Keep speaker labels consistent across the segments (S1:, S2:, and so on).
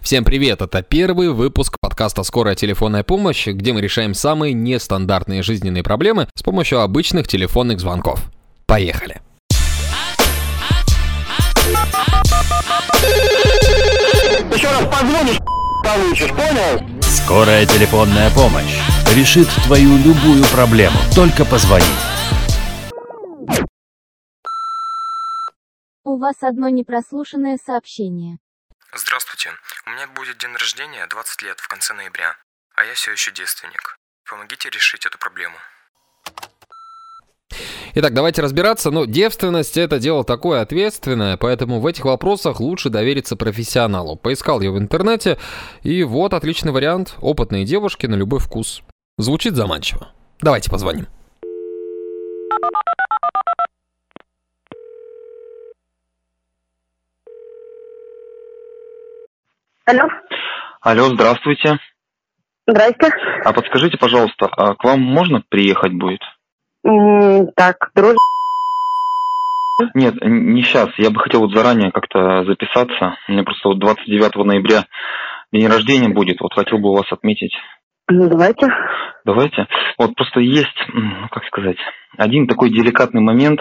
S1: Всем привет, это первый выпуск подкаста «Скорая телефонная помощь», где мы решаем самые нестандартные жизненные проблемы с помощью обычных телефонных звонков. Поехали!
S2: Еще раз позвонишь, получишь, понял?
S3: Скорая телефонная помощь решит твою любую проблему. Только позвони.
S4: У вас одно непрослушанное сообщение.
S5: Здравствуйте. У меня будет день рождения 20 лет в конце ноября, а я все еще девственник. Помогите решить эту проблему.
S1: Итак, давайте разбираться. Ну, девственность это дело такое ответственное, поэтому в этих вопросах лучше довериться профессионалу. Поискал я в интернете, и вот отличный вариант. Опытные девушки на любой вкус. Звучит заманчиво. Давайте позвоним.
S6: Алло,
S7: Алло, здравствуйте.
S6: здрасте.
S7: А подскажите, пожалуйста, а к вам можно приехать будет?
S6: М, Так, дружба.
S7: Нет, н- не сейчас. Я бы хотел вот заранее как-то записаться. У меня просто вот 29 ноября день рождения будет. Вот хотел бы у вас отметить.
S6: Ну, давайте.
S7: Давайте. Вот просто есть, м, ну, как сказать, один такой деликатный момент.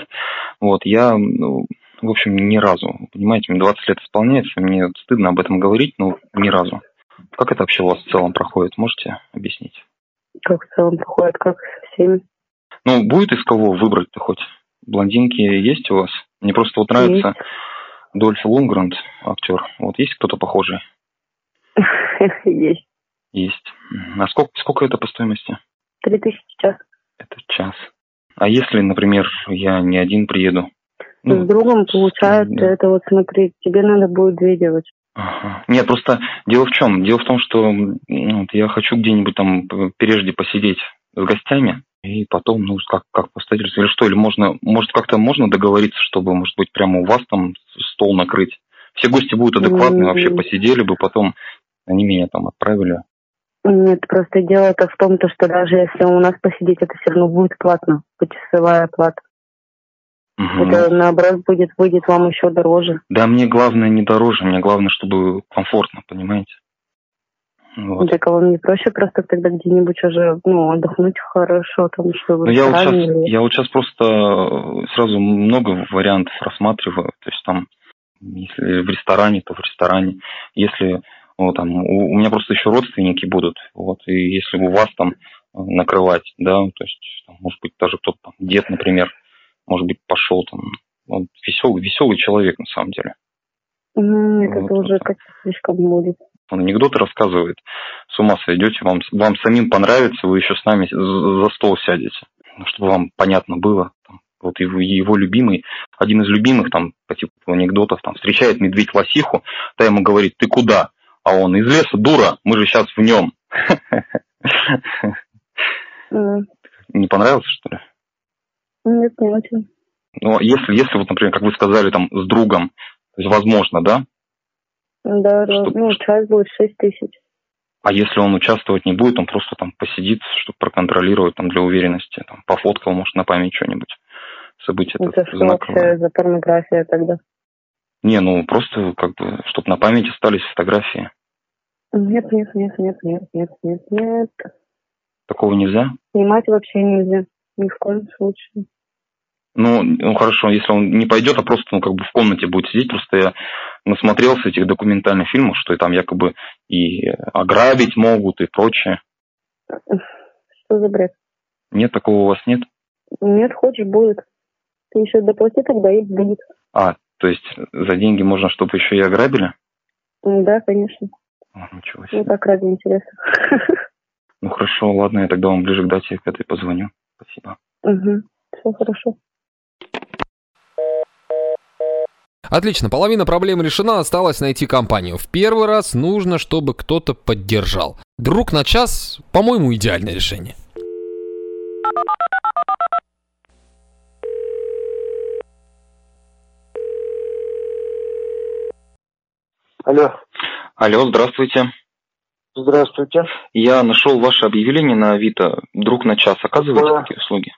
S7: Вот, я, ну, в общем, ни разу, понимаете, мне 20 лет исполняется, мне вот стыдно об этом говорить, но ни разу. Как это вообще у вас в целом проходит? Можете объяснить?
S6: Как в целом походит, как со всеми.
S7: Ну, будет из кого выбрать-то хоть? Блондинки есть у вас? Мне просто вот нравится Дольф Лунгранд, актер. Вот есть кто-то похожий?
S6: Есть.
S7: Есть. М, А сколько, сколько это по стоимости?
S6: Три тысячи сейчас.
S7: Это час. А если, например, я не один приеду? Ну,
S6: С другом получается
S7: да.
S6: это вот, смотри, тебе надо будет две девочки.
S7: Ага. Нет, просто дело в чем? Дело в том, что м, ну, вот я хочу где-нибудь там п- прежде посидеть с гостями, и потом, ну, как, как поставить, или что, или можно, может, как-то можно договориться, чтобы, может быть, прямо у вас там с- стол накрыть. Все гости будут адекватны,
S6: Мгм.
S7: вообще посидели бы потом, они меня там отправили.
S6: Нет, просто дело-то в том, то, что даже если у нас посидеть, это все равно будет платно. Почасовая плата.
S7: Мгм.
S6: Это наоборот будет, выйдет вам еще дороже.
S7: Да мне главное не дороже, мне главное, чтобы комфортно, понимаете? Вот.
S6: Так а вам не проще просто тогда где-нибудь уже, ну, отдохнуть хорошо, там, что
S7: Ну,
S6: вы
S7: я вот сейчас,
S6: или...
S7: я вот сейчас просто э, сразу много вариантов рассматриваю. То есть там, если в ресторане, то в ресторане. Если ну, там, у, у меня просто еще родственники будут, вот, и если у вас там э, накрывать, да, то есть, там, может быть, даже кто-то там, дед, например, может быть, пошел там, ну, он веселый, веселый человек на самом деле.
S6: М, Нет,
S7: Вот,
S6: это
S7: вот
S6: уже
S7: так.
S6: Ну, как слишком будет.
S7: Он анекдоты рассказывает, с ума сойдете, вам, с- вам самим понравится, вы еще с нами с- за стол сядете, Ну, чтобы вам понятно было. Там, Вот его, его любимый, один из любимых там по типу анекдотов, там встречает медведь лосиху, та ему говорит, ты куда? А он, из леса, дура, мы же сейчас в нем.
S6: М,
S7: Не понравился, что ли?
S6: Нет, не очень.
S7: Ну, а если, если вот, например, как вы сказали, там, с другом, то есть, возможно, да?
S6: Да, да.
S7: Чтоб-
S6: ну, час будет шесть тысяч.
S7: А если он участвовать не будет, он просто там посидит, чтобы проконтролировать там для уверенности, там, пофоткал, может, на память что-нибудь. Событие
S6: Это
S7: это
S6: что
S7: знаковое.
S6: вообще за порнография тогда?
S7: Не, ну просто как бы, чтобы на память остались фотографии.
S6: Нет, нет, нет, нет, нет, нет, нет, нет.
S7: Такого нельзя?
S6: Снимать вообще нельзя. Ни в коем случае.
S7: Ну, ну хорошо, если он не пойдет, а просто ну, как бы в комнате будет сидеть. Просто я насмотрелся этих документальных фильмов, что и там якобы и ограбить могут и прочее.
S6: Что за бред?
S7: Нет, такого у вас нет?
S6: Нет, хочешь, будет. Ты еще доплати, тогда и будет.
S7: А, то есть за деньги можно, чтобы еще и ограбили?
S6: М, Да, конечно.
S7: О, ничего себе.
S6: Ну, так ради интереса.
S7: Ну хорошо, ладно, я тогда вам ближе к дате к этой позвоню. Спасибо.
S6: Угу. Все хорошо.
S1: Отлично, половина проблем решена, осталось найти компанию. В первый раз нужно, чтобы кто-то поддержал. Друг на час, по-моему, идеальное решение.
S2: Алло,
S7: Алло, здравствуйте.
S2: здравствуйте.
S7: Я нашел ваше объявление на Авито. Друг на час оказываете
S2: Да.
S7: такие услуги?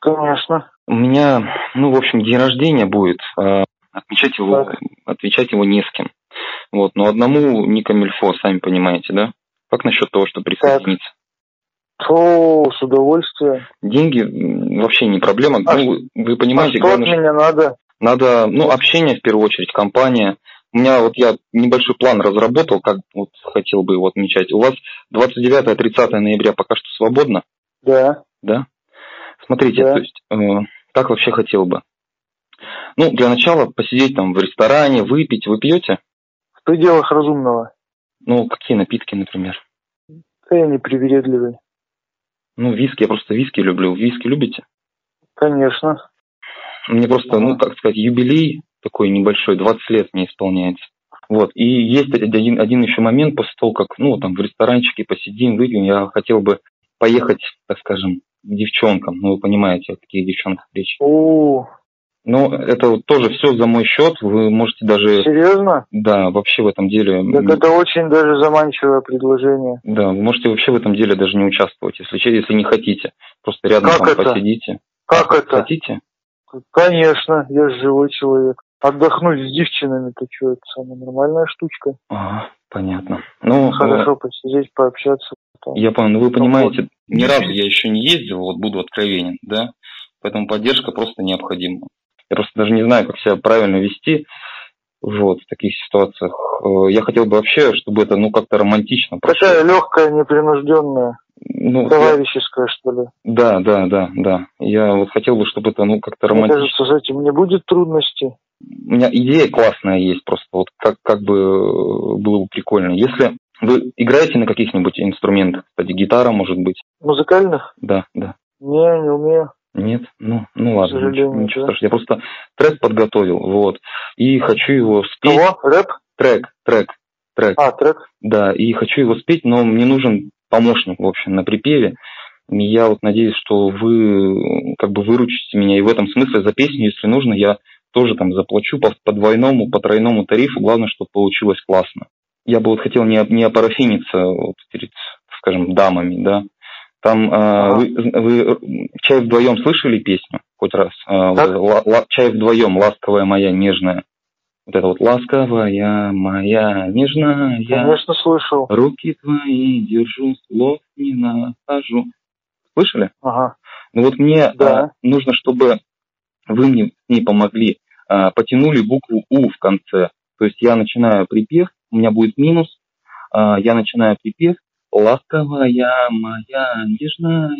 S2: Конечно.
S7: У меня, ну, в общем, день рождения будет. а Отмечать его,
S2: Так.
S7: отвечать его не с кем. Вот, но одному не камильфо, сами понимаете, да? Как насчет того, что присоединиться?
S2: Фу, с удовольствием.
S7: Деньги м, вообще не проблема.
S2: А
S7: ну, вы- вы
S2: А
S7: понимаете,
S2: что от
S7: главное, что
S2: меня надо?
S7: надо, ну, общение в первую очередь, компания. У меня вот я небольшой план разработал, как вот хотел бы его отмечать. У вас 29-30 ноября пока что свободно,
S2: Да.
S7: да? Смотрите,
S2: Да.
S7: то есть, э, как вообще хотел бы? Ну, для начала посидеть там в ресторане, выпить. Вы пьете?
S2: В пределах разумного.
S7: Ну, какие напитки, например?
S2: Да я не привередливый.
S7: Ну, виски, я просто виски люблю. Виски любите?
S2: Конечно.
S7: Мне просто, ну, как сказать, юбилей такой небольшой, 20 лет мне исполняется. Вот, и есть один, один еще момент после того, как, ну, там, в ресторанчике посидим, выпьем, я хотел бы поехать, так скажем, к девчонкам, ну, вы понимаете, о каких девчонках речь.
S2: О,
S7: Но это вот тоже все за мой счет, вы можете даже,
S2: серьезно?
S7: да, вообще в этом деле, Э, м,
S2: Так это очень даже заманчивое предложение.
S7: да, вы можете вообще в этом деле даже не участвовать, если, че- если не хотите, просто рядом
S2: Как
S7: там
S2: это?
S7: посидите.
S2: Как это?
S7: Хотите?
S2: Конечно, я же живой человек. Отдохнуть с девчинами, то что, это самая нормальная штучка.
S7: Ага, понятно. Ну, э,
S2: Хорошо посидеть, пообщаться. потом.
S7: Я понял, ну вы понимаете, ни разу я еще не ездил, вот буду откровенен, да, поэтому поддержка просто необходима. Я просто даже не знаю, как себя правильно вести вот в таких ситуациях. Э, Я хотел бы вообще, чтобы это ну как-то романтично прошло.
S2: Такая легкая, непринужденная,
S7: Ну, я-
S2: товарищеская, что ли.
S7: да, да, да, да. Я вот хотел бы, чтобы это ну как-то
S2: Мне
S7: романтично.
S2: кажется, с этим не будет трудностей.
S7: у меня идея классная есть просто, вот как, как бы э, было бы прикольно. Если вы играете на каких-нибудь инструментах, кстати, гитара может быть,
S2: Музыкальных?
S7: да, да.
S2: Не, не умею.
S7: Нет, ну, ну ладно,
S2: сожалению,
S7: ничего, ничего
S2: да.
S7: страшного. Я просто трек подготовил, вот, и хочу его спеть.
S2: Кого? Рэп?
S7: Трек, трек, трек,
S2: А, трек.
S7: да, и хочу его спеть, но мне нужен помощник, в общем, на припеве. И Я вот надеюсь, что вы э, как бы выручите меня и в этом смысле за песню, если нужно, я тоже там заплачу по, по двойному, по тройному тарифу, главное, чтобы получилось классно. Я бы вот хотел не, оп- не опарафиниться вот перед, скажем, дамами, да. Там э,
S2: Ага.
S7: вы, вы, э, чай вдвоем слышали песню хоть раз? Э, вот
S2: Так.
S7: это ла- ла- чай вдвоем, ласковая моя нежная. Вот это вот ласковая моя нежная.
S2: Конечно, слышал.
S7: Руки твои держу, слов не нахожу. Слышали?
S2: Ага.
S7: Ну вот мне
S2: Да.
S7: а, нужно, чтобы вы мне с ней помогли. а, потянули букву У в конце. То есть я начинаю припев, у меня будет минус. а, я начинаю припев. Ласковая моя нежная,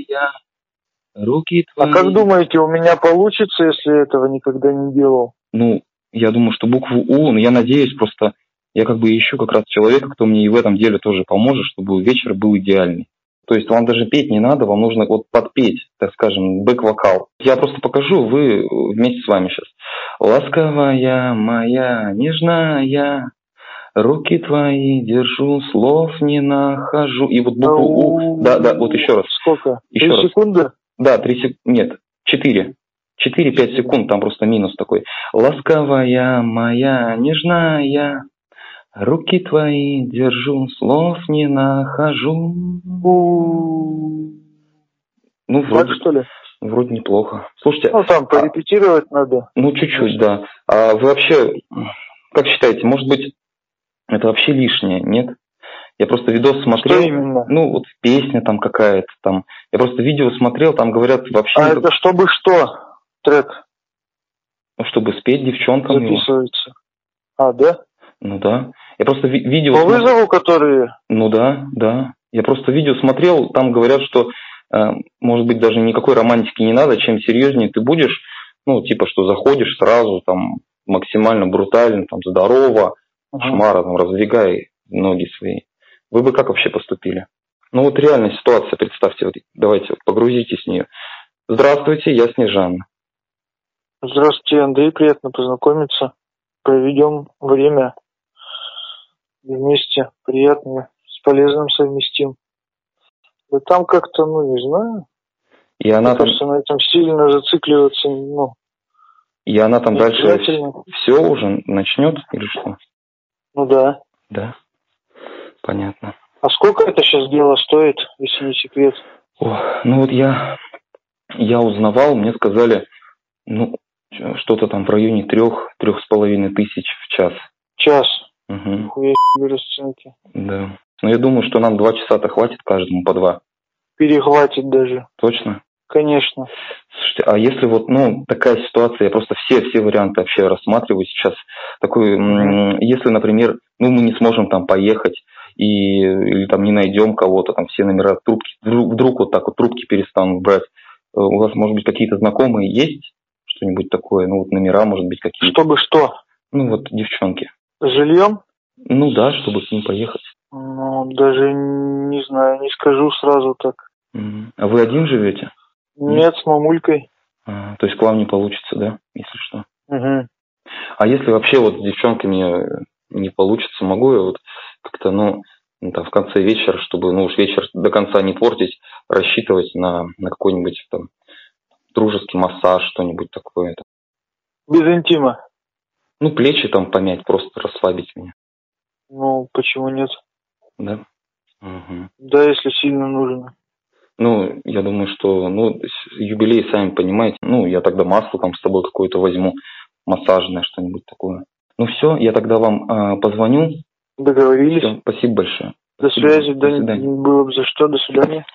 S7: руки твои.
S2: А как думаете, у меня получится, если я этого никогда не делал?
S7: Ну, я думаю, что букву У, но я надеюсь просто, я как бы ищу как раз человека, кто мне и в этом деле тоже поможет, чтобы вечер был идеальный. То есть вам даже петь не надо, вам нужно вот подпеть, так скажем, бэк-вокал. Я просто покажу, вы э, вместе с вами сейчас. Ласковая моя, нежная, руки твои держу, слов не нахожу. И вот букву Ну, У, да, да, вот еще раз.
S2: Сколько?
S7: Еще
S2: Три
S7: раз.
S2: секунды?
S7: Да, три сек... Нет, четыре. Четыре-пять секунд, там просто минус такой. Ласковая моя, нежная, руки твои держу, слов не нахожу. Ну,
S2: Так,
S7: вроде, А-
S2: что ли?
S7: вроде неплохо. Слушайте,
S2: Ну, там порепетировать надо.
S7: ну, чуть-чуть, да. А вы вообще, как считаете, может быть, это вообще лишнее, нет? Я просто видос смотрел.
S2: именно?
S7: Ну, вот песня там какая-то там. Я просто видео смотрел, там говорят вообще,
S2: А это чтобы что? Трек
S7: ну, чтобы спеть девчонкам его.
S2: записывается. А, да?
S7: Ну да. Я просто ви- видео...
S2: По
S7: смотр-
S2: вызову, которые...
S7: Ну да, да. Я просто видео смотрел, там говорят, что, э, может быть, даже никакой романтики не надо, чем серьезнее ты будешь, ну, типа, что заходишь сразу, там, максимально брутально, там, здорово, шмара, там, раздвигай ноги свои. Вы бы как вообще поступили? Ну вот реальная ситуация, представьте, вот, давайте вот погрузитесь в нее. Здравствуйте, я Снежана.
S2: Здравствуйте, Андрей, приятно познакомиться. Проведем время вместе, приятно, с полезным совместим. Да там как-то, ну, не знаю.
S7: И она
S2: Мне
S7: там,
S2: кажется, на этом сильно зацикливаться, ну,
S7: и она там
S2: не
S7: дальше
S2: обязательно.
S7: все уже начнет или что?
S2: Ну да.
S7: Да. Понятно.
S2: А сколько это сейчас дело стоит, если не секрет?
S7: Ох, ну вот я, я узнавал, мне сказали, ну, ч- что-то там в районе трех, трех с половиной тысяч в час.
S2: Час.
S7: Мгм.
S2: Хуя себе расценки.
S7: Да. Но я думаю, что нам два часа-то хватит каждому по два.
S2: Перехватит даже.
S7: Точно?
S2: Конечно.
S7: Слушайте, а если вот, ну, такая ситуация, я просто все, все варианты вообще рассматриваю сейчас. Такой, м, если, например, ну, мы не сможем там поехать, и, или там не найдем кого-то, там все номера трубки, вдруг, вдруг вот так вот трубки перестанут брать. Э, У вас, может быть, какие-то знакомые есть? Что-нибудь такое? Ну, вот номера, может быть, какие-то?
S2: Чтобы что?
S7: Ну, вот девчонки.
S2: С жильем?
S7: Ну, да, чтобы с ним поехать.
S2: Ну, даже не знаю, не скажу сразу так.
S7: Мгм. А вы один живете?
S2: Нет, с мамулькой.
S7: А, то есть к вам не получится, да, если что?
S2: Угу.
S7: А если вообще вот с девчонками э, не получится, могу я вот как-то, ну, ну, там, в конце вечера, чтобы, ну, уж вечер до конца не портить, рассчитывать на, на какой-нибудь там дружеский массаж, что-нибудь такое. там.
S2: Без интима.
S7: Ну, плечи там помять, просто расслабить меня,
S2: Ну, почему нет?
S7: да? Мгм.
S2: Да, если сильно нужно.
S7: Ну, я думаю, что, ну, с- юбилей, сами понимаете, ну, я тогда масло там с тобой какое-то возьму, массажное, что-нибудь такое. Ну, все, я тогда вам а, позвоню.
S2: Договорились.
S7: Всё, спасибо большое.
S2: До
S7: Спасибо.
S2: связи.
S7: До
S2: Да,
S7: свидания.
S2: было бы за что. До свидания.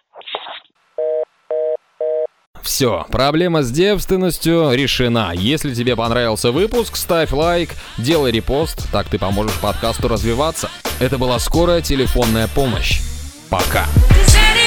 S1: Все, проблема с девственностью решена. Если тебе понравился выпуск, ставь лайк, делай репост, так ты поможешь подкасту развиваться. Это была скорая телефонная помощь. Пока.
S8: Said